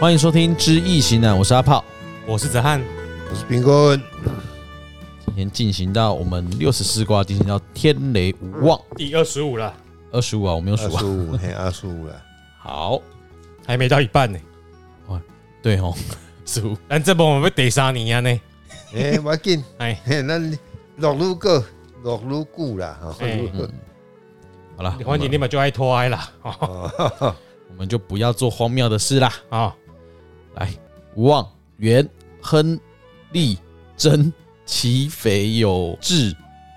欢迎收听《知易行难》，我是阿炮。我是子翰，我是冰棍，今天进行到我们六十四卦，进行到天雷无妄第二十五了，二十五啊，我没有二数十啊。五， 嘿，二十五了，好，还没到一半呢。对哦，十五但这波我们被逮杀你啊呢！哎、欸，我紧，哎嘿，那落入过，落入久啦，哈、哎好了，我黄景们立马就爱拖哀啦。哦哦，我们就不要做荒谬的事啦。哦，来，无妄、元、亨、利、贞，其匪有志，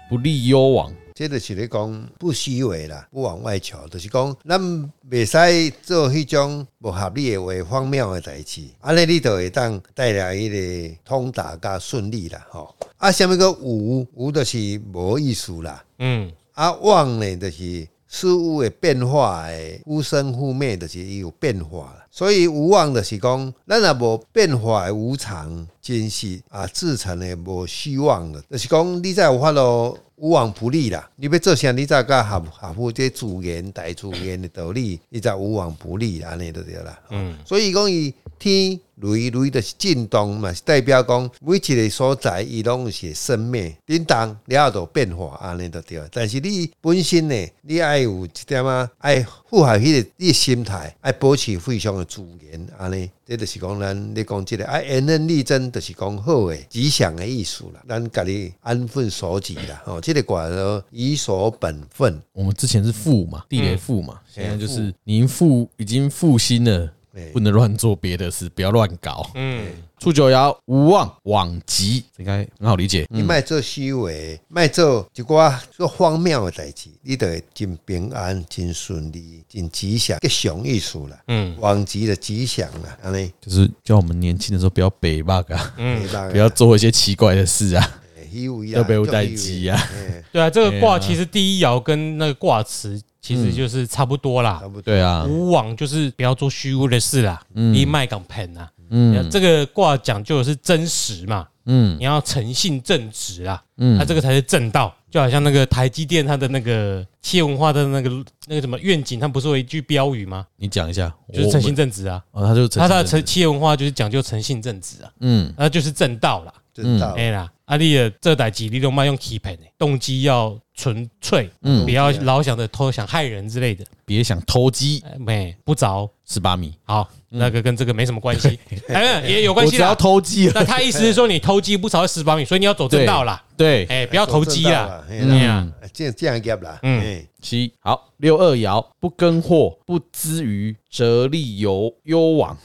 不利攸往。这就是咧讲不虚伪啦，不往外瞧，就是讲咱袂使做迄种无合理的话、荒谬的代志，安尼你就会当带来迄个通达甲顺利啦，吼、啊，什么个无无就是无意思啦，嗯，啊，妄呢就是事物的变化的忽生忽灭，就是伊有变化啦。所以无妄就是讲，咱若无变化的无常，真是啊，自成的无希望了。就是讲，你才有法咯，无往不利啦。你要做啥，你才甲合合乎这自然大自然的道理，你才无往不利，安尼就对啦。嗯，所以讲伊天雷雷就是震动嘛，是代表讲每一个所在伊拢是会生命震动了后就变化安尼就对了。但是你本身呢，你爱有一点啊，爱符合迄个你的心态，爱保持非常的自然安尼。这就是讲咱咧讲即个啊，言论力争就是讲好诶，吉祥诶意思啦。咱家己安分守己啦，吼、即、个卦说以所本分，我们之前是父嗯嘛，地雷父嘛，现在就是您父已经复兴了，哎不能乱做别的事，不要乱搞。嗯，初九爻无妄往极，应该很好理解。你卖做虚伪，卖做一寡做荒谬的代志，你就会真平安、真顺利、真吉祥，吉祥意思啦。嗯，往吉的吉祥啦，安尼就是叫我们年轻的时候不要北霸啊，嗯袂 当不要做一些奇怪的事 啊，虚伪啊，要不要代志啊？做虚伪？嘿对啊，这个对啊卦其实第一爻跟那个卦辞其实就是差不多啦差。不多。对啊，无往就是不要做虚无的事啦，一麦港盆啊。嗯这个卦讲究的是真实嘛，嗯你要诚信正直啦，嗯那这个才是正道。就好像那个台积电它的那个企业文化的那个那个什么愿景，它不是有一句标语吗？你讲一下，就是诚信正直啊。我们哦，他就他的诚信诚企业文化就是讲究诚信正直啊，嗯那就是正道啦。真道哎啦，啊你的这代志你都卖用 keep 的，动机要纯粹，嗯，不要老想着偷想害人之类的，别想偷鸡哎没不着。十八米，好，那个跟这个没什么关系，哎，也有关我系只要啦。偷鸡了，那他意思是说你偷鸡不少十八米，所以你要走正道啦， 对，哎，不要投机啦。嘿哎啦，呀，啊这这样业啦，嗯嗯，七好六二爻不耕获不资于则利由攸往，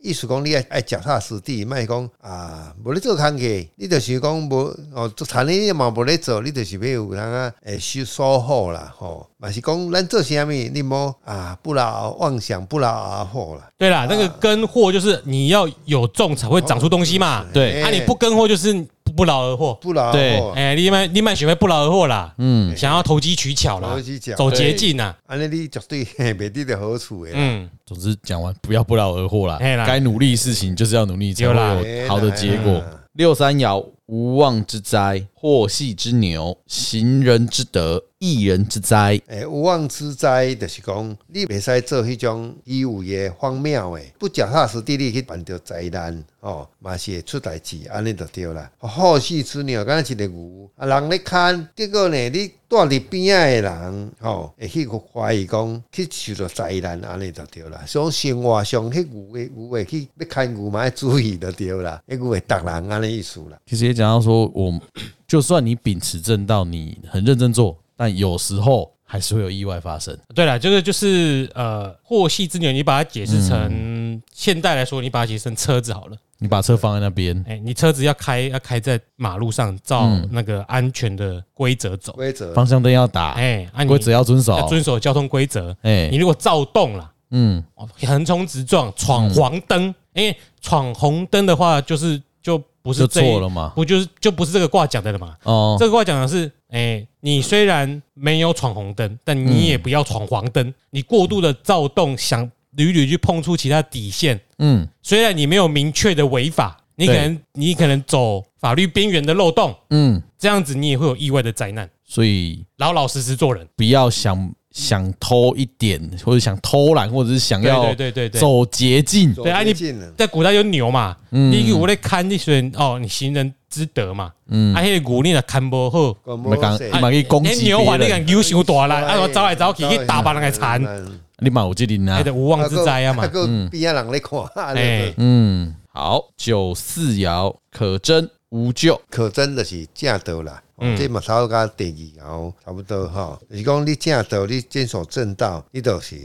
意思讲你爱爱脚踏实地，莫讲啊，无咧做工课，你就是讲无哦，做产业你嘛无咧做，你就是要有人啊，诶，收收获啦，吼、嘛是讲咱做啥物，你莫啊，不劳妄想，不劳而获啦，对啦，那个耕获就是你要有种才会长出东西嘛。对啊，哎你不耕获就是不不劳而获。不劳而对获，哎，你们你们学会不劳而获啦。嗯想要投机取巧啦投，机巧走捷径啊。安尼你绝对嘿袂得到好处诶。嗯，总之讲完，不要不劳而获啦嘿啦，该努力的事情就是要努力，才有啦会有好的结果。六三爻，无妄之灾，祸系之牛，行人之德，一人之灾。诶、无妄之灾就是讲，你袂使做迄种义务诶、荒谬诶，不脚踏实地，你去办着灾难哦，嘛是会出代志，安尼就对啦。哦好事之鸟，敢若一个牛，啊，人咧牵，结果呢，你住伫边仔诶人，吼、会去怀疑讲去受着灾难，安尼就对啦。所以生活上，迄牛诶牛诶去要牵牛嘛，要注意就对啦，迄牛会逐人安尼意思啦。其实也讲到说，我们就算你秉持正道，你很认真做，但有时候还是会有意外发生。对了，这个就是呃，祸系之牛，你把它解释嗯成现代来说，你把它解释成车子好了。你把车放在那边，哎，你车子要开要开在马路上，照嗯那个安全的规则走。规则方向灯要打，哎，啊，你规则要遵守要。遵守交通规则。哎你，如果躁动了，嗯，哦横冲直撞，闯黄灯，因为闯红灯的话，就是就不是就这一错了嘛。不就是就不是这个卦讲的了嘛？哦，这个卦讲的是，哎、你虽然没有闯红灯，但嗯你也不要闯黄灯。你过度的躁动，想屡屡去碰触其他底线，嗯虽然你没有明确的违法，你可对能你可能走法律边缘的漏洞，嗯，这样子你也会有意外的灾难。所以老老实实做人，不要想想偷一点，或者想偷懒，或者是想对要对对对对。走捷径，走对啊捷你径了，在古代有牛嘛，嗯你有咧看你虽然哦，你行人之德嘛，嗯啊，，迄个牛你若看无好，讲你讲说你嘛去攻那击牛别话你讲人，牛伤啊大啦，哎啊，我走来走去去打别人的残，田，嗯你嘛有这人啊迄个？无妄之灾啊嘛还。有边啊人咧看，啊哎嗯，好，九四爻可贞无咎，可真的是正道啦。哦嗯这嘛差不多跟第二爻差不多吼，就是讲你正道，你坚守正道，你就是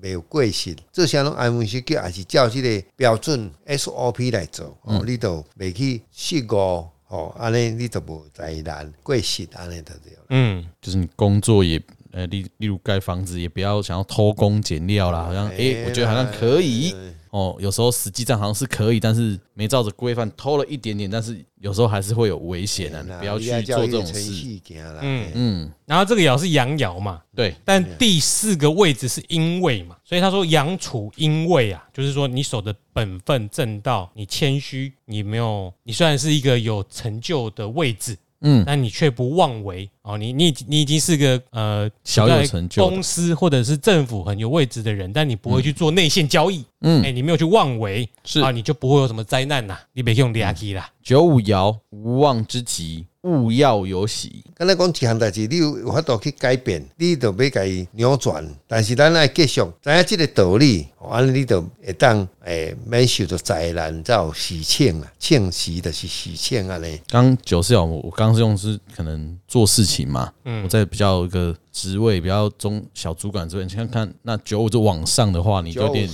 没有过失。做啥拢按文学叫，还是照这个标准 SOP 来做，嗯哦，你就袂去失误，哦，安尼你就无灾难过失，安尼就对了。嗯，就是你工作也，呃，例例如盖房子也不要想要偷工减料啦，好像哎、诶我觉得好像可以哦，有时候实际上好像是可以，但是没照着规范偷了一点点，但是有时候还是会有危险啊，你不要去做这种事。情啦。嗯嗯，嗯，然后这个爻是阳爻嘛，对，但第四个位置是因位嘛，所以他说阳处因位啊，就是说你守的本分正道，你谦虚，你没有，你虽然是一个有成就的位置，嗯，但你却不妄为哦，你你已经你已经是个呃小有成就在的公司或者是政府很有位置的人，但你不会去做内线交易，嗯哎、你没有去妄为是啊，你就不会有什么灾难呐，你别用俩 k 啦，九五爻无妄之极，勿要有喜。敢若讲一项代志，你有有法度去改变，你就要甲伊扭转。但是咱爱继续知影即个道理，哦安尼你就会当诶免受到灾难，才有喜庆啊，庆喜就是啊喜庆安尼。刚九四爻，我刚刚是用是可能做事情嘛，嗯我在比较一个职位比较中小主管之位，你看看那九五就往上的话，你就有点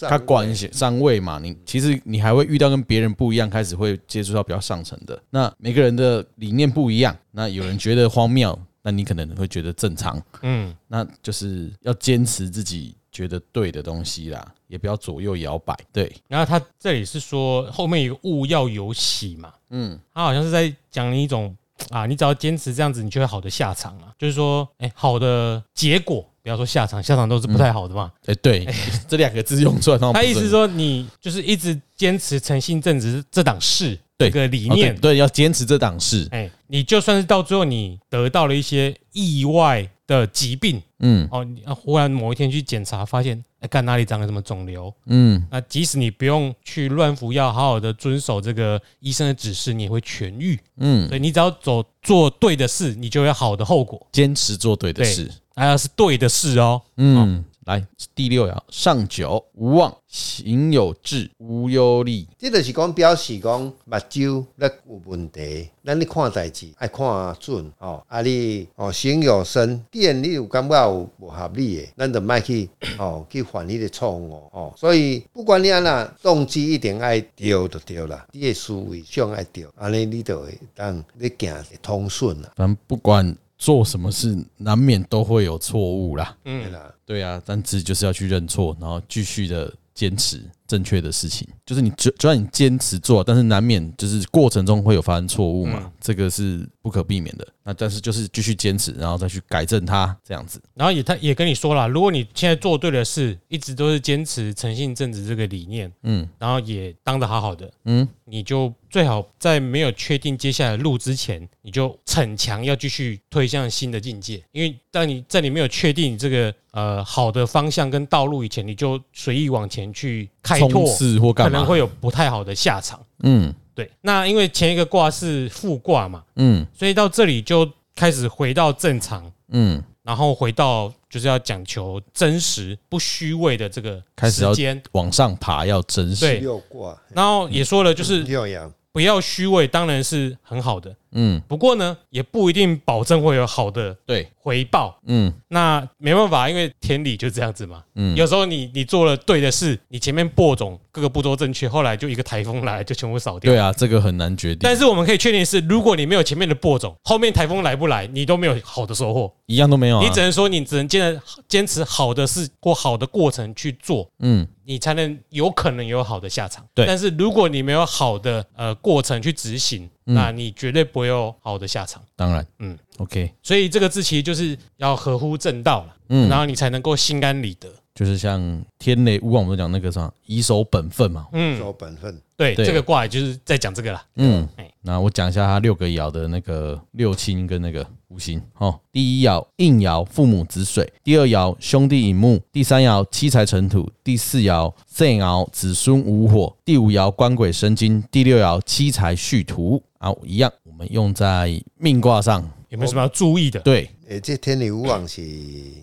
他管一些上位嘛，你其实你还会遇到跟别人不一样，开始会接触到比较上层的。那每个人的理念不一样，那有人觉得荒谬，那你可能会觉得正常。嗯，那就是要坚持自己觉得对的东西啦，也不要左右摇摆。对，然后他这里是说后面有个勿要有喜嘛，嗯，他好像是在讲你一种啊，你只要坚持这样子，你就会好的下场啊，就是说，哎、好的结果。不要说下场，下场都是不太好的嘛。哎、对， 这两个字用出来，他意思说，你嗯哦就是一直坚持诚信正直这档事，对这个理哦对念，对，要坚持这档事。哎、你就算是到最后你得到了一些意外的疾病嗯哦，你啊忽然某一天去检查，发现哎，干、哪里长了什么肿瘤？嗯，那即使你不用去乱服药，好好的遵守这个医生的指示，你也会痊愈。嗯所以你只要走做对的事，你就有好的后果。坚持做对的对事。哎、啊，是对的事哦。嗯，来第六爻上九无妄，行有志，无忧虑。即就是讲表示讲目睭咧有问题，咱咧看代志爱看准哦，啊你哦行有身，既然你有感觉有无合理的，咱就莫去哦去犯迄个错误哦。所以不管你安那动机一定爱对就对啦，你的思维上爱对，安尼你就会当你行会通顺啦，反正不管做什么事，难免都会有错误啦。对啦。对啊，但是就是要去认错，然后继续的坚持正确的事情。就是你就就算你坚持做，但是难免就是过程中会有发生错误嘛，这个是不可避免的。那但是就是继续坚持，然后再去改正它，这样子。然后也他也跟你说了，如果你现在做对的事，一直都是坚持诚信正直这个理念，嗯，然后也当的好好的，嗯嗯，你就最好在没有确定接下来的路之前，你就逞强要继续推向新的境界，因为当你在你没有确定这个呃好的方向跟道路以前，你就随意往前去开拓冲，刺或可干能嘛？会有不太好的下场。嗯对，那因为前一个卦是复卦嘛，嗯所以到这里就开始回到正常。嗯，然后回到就是要讲求真实不虚伪的这个开始要时间，往上爬要真实。对六卦然后也说了，就是六爻，不要虚伪，当然是很好的。嗯，不过呢，也不一定保证会有好的对，回报。嗯那没办法，因为天理就这样子嘛。嗯有时候你你做了对的事，你前面播种各个步骤正确，后来就一个台风来就全部扫掉。对啊，这个很难决定。但是我们可以确定的是，如果你没有前面的播种，后面台风来不来，你都没有好的收获。一样都没有啊。你只能说，你只能坚持坚持好的事或好的过程去做，嗯你才能有可能有好的下场。对但是如果你没有好的呃过程去执行，嗯那你绝对不会有好的下场。当然，嗯嗯，OK，所以这个字其实就是要合乎正道了，嗯然后你才能够心安理得。就是像天雷勿忘，我们讲那个啥，以守本分嘛。嗯，守本分，对，对这个卦也就是在讲这个啦。嗯哎，那我讲一下它六个爻的那个六亲跟那个五行哦。第一爻应爻父母子水，第二爻兄弟引木，第三爻七财成土，第四爻震爻子孙午火，第五爻官鬼生金，第六爻七财戌土。啊，一样，我们用在命卦上。有没有什么要注意的？对，诶，这天理无往是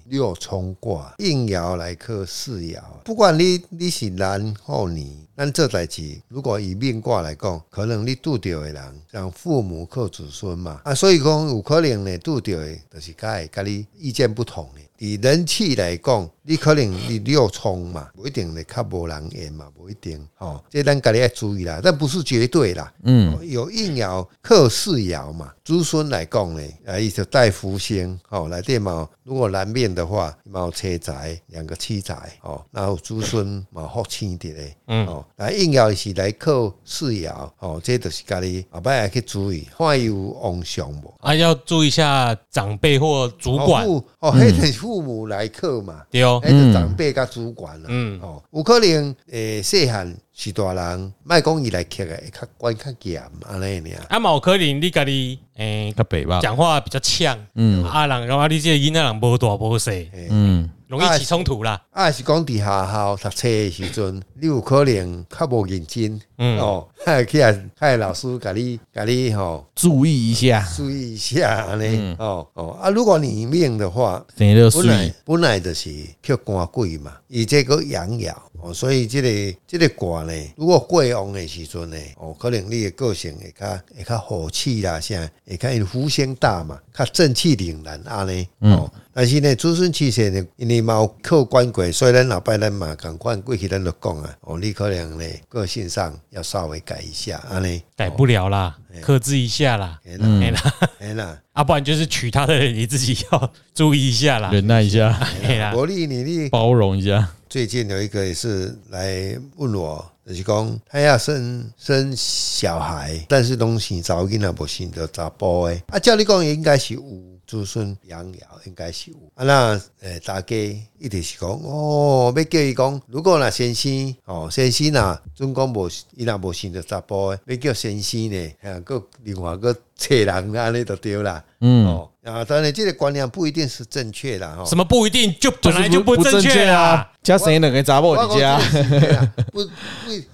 六冲卦，应爻来克四爻。不管你你是男或女，咱做代志，如果以命卦来讲，可能你拄着的人，像父母克子孙嘛，啊，所以讲有可能呢拄着的，就是甲会甲你意见不同的。以人气来讲，你可能你六冲嘛，不一定会较无人缘嘛，不一定哦。这咱家己要注意啦，但不是绝对啦。嗯，哦有应爻克四爻嘛，子孙来讲呢，啊，伊就带福星哦，来电嘛。如果南面的话，嘛有车宅两个七宅哦，然后子孙嘛有福星的嘞，嗯哦，那应爻是来克四爻哦，这就是家己后摆要去注意，看伊有旺相无。啊，要注意一下长辈或主管哦，父哦，迄就是父母来克嘛。对哦，嗯迄就长辈甲主管啦，哦，有可能诶，细汉是大人，莫讲伊来克诶，会较管较严安尼尔。啊，毛可能你家己诶较北吧。讲话比较呛，嗯，啊人感觉你这个囡仔人无大无细，嗯，容易起冲突啦。啊，是讲伫学校读册诶时阵，你有可能较无认真，哦， 啊去啊，啊老师甲你甲你吼注意一下，注意一下安尼，哦哦啊，如果你命的话，等于本水来本来就是叫官贵嘛，伊这个阳爻哦，所以这个这个卦呢，如果过旺的时阵呢，哦，可能你的个性会较会较火气啦，啥会较因为福星大嘛，较正气凛然安尼哦。但是呢，子孙气血呢，因为嘛有靠官鬼，所以咱后摆咱嘛共款过去咱就讲啊，哦，你可能呢个性上要稍微改一下安尼，改不了啦，哦克制一下啦，哎嗯啦哎啦，哎啦，啊，不然就是娶她的人你自己要注意一下啦，忍耐一下，哎啦，无你你你包容一下。最近有一个也是来问我，就是哎讲他要生生小孩，但是拢是查某囡仔，无生着查甫的。啊，照你讲应该是有子孙养老，应该是有。啊，那诶，大家一直是讲哦，要叫伊讲，如果若先生哦，先生若准讲无伊若无生着查甫的，哦要叫先生呢，吓，个另外个找人安尼就对啦。嗯，哦，啊，当然这个观念不一定是正确啦，吼什。么不一定，就本来就不正确啊啦。！加谁两个查某我你家讲？这个是啊不不，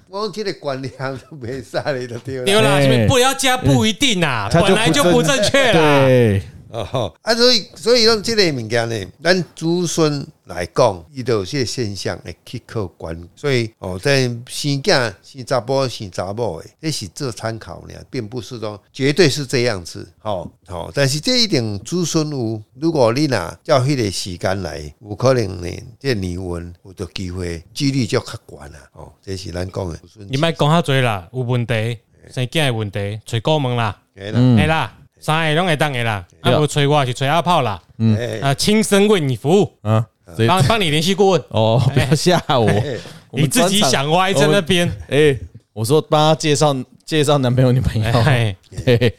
我讲这个观念都袂使你就对对啦。啦，哎什么不要加不一定啦， 他本来就不正确啦。对，哦，啊，所以所以讲这个物件呢，咱子孙来讲，伊就有这个现象会去客观，所以哦，在生囝、生查甫、生查某的，这是做参考呢，并不是说绝对是这样子。哦，好、但是这一点子孙有，如果你若照迄个时间来，有可能呢，这年运有着机会，几率就较悬啦。哦，这是咱讲的子孙。你莫讲遐多啦，有问题，生囝的问题，找顾问啦，嘿啦嗯哎啦，三个拢会当的啦，啊对啊无找我是找阿炮啦，哎啊亲身为你服务，嗯，所以帮帮你联系顾问，哦，不要吓我， 我们哎你自己专场想歪在那。边，我们哎，我说帮他介绍介绍男朋友女朋友。 哎，对，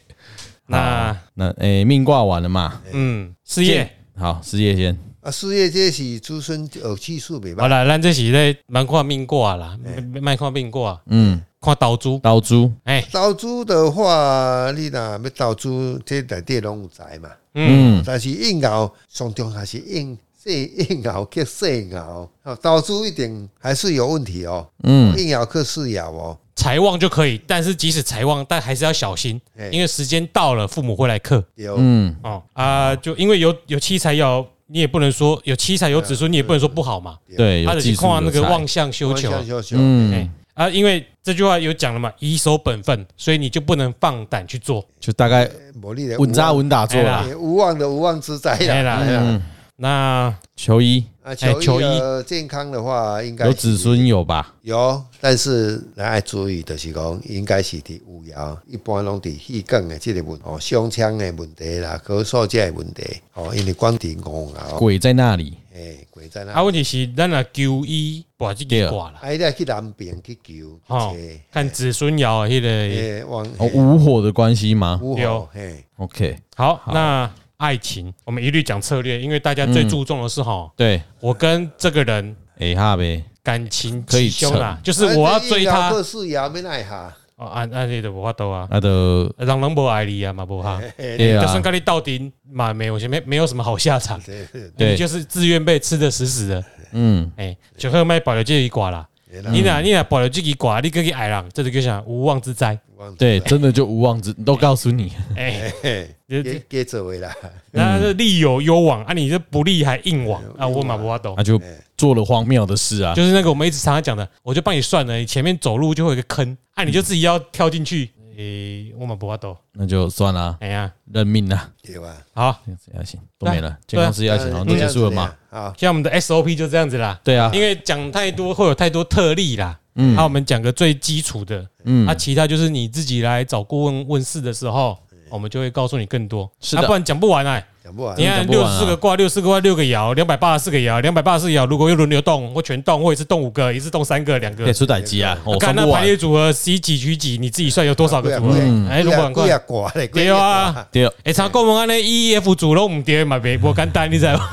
那那哎，命卦完了嘛？嗯，事业。好，事业先。啊，事业这是子孙有技术袂好啊歹，啦，咱这是咧蛮看命卦啦，蛮看命卦，嗯，看投资，刀猪，哎，投资的话，你若要投资，这内底拢有财嘛。嗯，但是硬熬上中还是硬细硬熬克细熬，哦投资一定还是有问题哦。嗯，硬熬克四爻哦，财旺就可以，但是即使财旺，但还是要小心哎，因为时间到了，父母会来克。有嗯，哦啊、就因为有有七财爻，你也不能说有七财有子孙，你也不能说不好嘛。对，他有只技是术看那个有才望向修求，修修，哎嗯，啊，因为这句话有讲了嘛，以守本分，所以你就不能放胆去做。就大概无你的稳扎稳打做哎啦啦。也无妄的无妄之灾哎啦。啦，哎呀那求医啊，哎求求医医的健康的话，应该有是子孙有吧？有，但是咱要注意，就是讲应该是伫有爻，一般拢伫气梗的即个问哦，胸腔的问题啦，咳嗽这个问题哦，因为光伫五爻，鬼在那里，诶，鬼在啊，那，问题是咱若求医把这个挂了，啊，伊要去南边去求，哦去找，看子孙爻啊迄个诶，往哎哦，无火的关系吗乌有吼，嘿， ？OK，好。那爱情，我们一律讲策略，因为大家最注重的是哈，对，我跟这个人哎哈呗，感情可以吉凶啦，就是啊我要这追一爻他或四爻要奈哈，哦，安安尼就无法度啊，啊，都人人无爱你啊嘛，无哈。对就算啊，跟你到底嘛，没有没没有什么好下场，对对对你就是自愿被吃的死死的。嗯，哎，就好卖保留这一挂啦，对你若你若保留这一挂，你个去爱人，这就叫啥无妄之灾。啦，对，真的就无妄之，都告诉你，哎， 嘿这给给作为啦，那是利有攸往啊，你这不利还硬往啊，我嘛不法懂他。就做了荒谬的事啊，就是那个我们一直常常讲的，我就帮你算了，你前面走路就会有一个坑，啊，你就自己要跳进去。诶，我嘛不法懂。那就算啦，哎呀，认命啦，对吧？好，这样行，都没了，对健啊康事业爱情好像都结束了嘛，这样子的？啊，现在我们的 SOP 就这样子啦。对啊，因为讲太多会有太多特例啦。嗯那、我们讲个最基础的，嗯那、，其他就是你自己来找顾问问事的时候，我们就会告诉你更多。是的啊、不然讲不完哎、讲不完你，看讲不完六啊十四个卦，六十四个卦，六个爻，两百八十四个爻，两百八十四个爻，如果又轮流动或全动，或一次动五个，一次动三个、两个可以，出歹机啊，我看算那不排完，列组合 C 几取几，你自己算有多少个组合？对啊嗯哎，如果很快贵，啊挂嘞，对啊，对，哦哎，查顾问安尼 E F 组拢唔对嘛，袂无简单，你知道吗？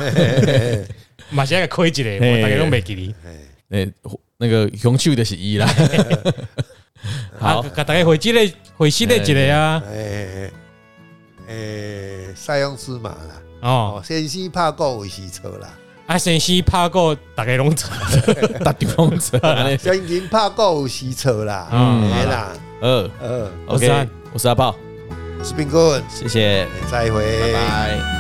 嘛是一个亏一个，我大家拢袂记哩。诶，哎那个雄秀的是一啦，啊好，甲啊大家回击嘞，回击嘞一个啊，诶诶，哎塞翁失马啦，哦哦，，先生怕过为时错啦， 啊，先生拍过大家拢错， 打电风车，先人怕过有时错啦，嗯哎啦，二呃，我是，OK，安我是阿炮，是苹果，谢谢，哎再会，拜拜。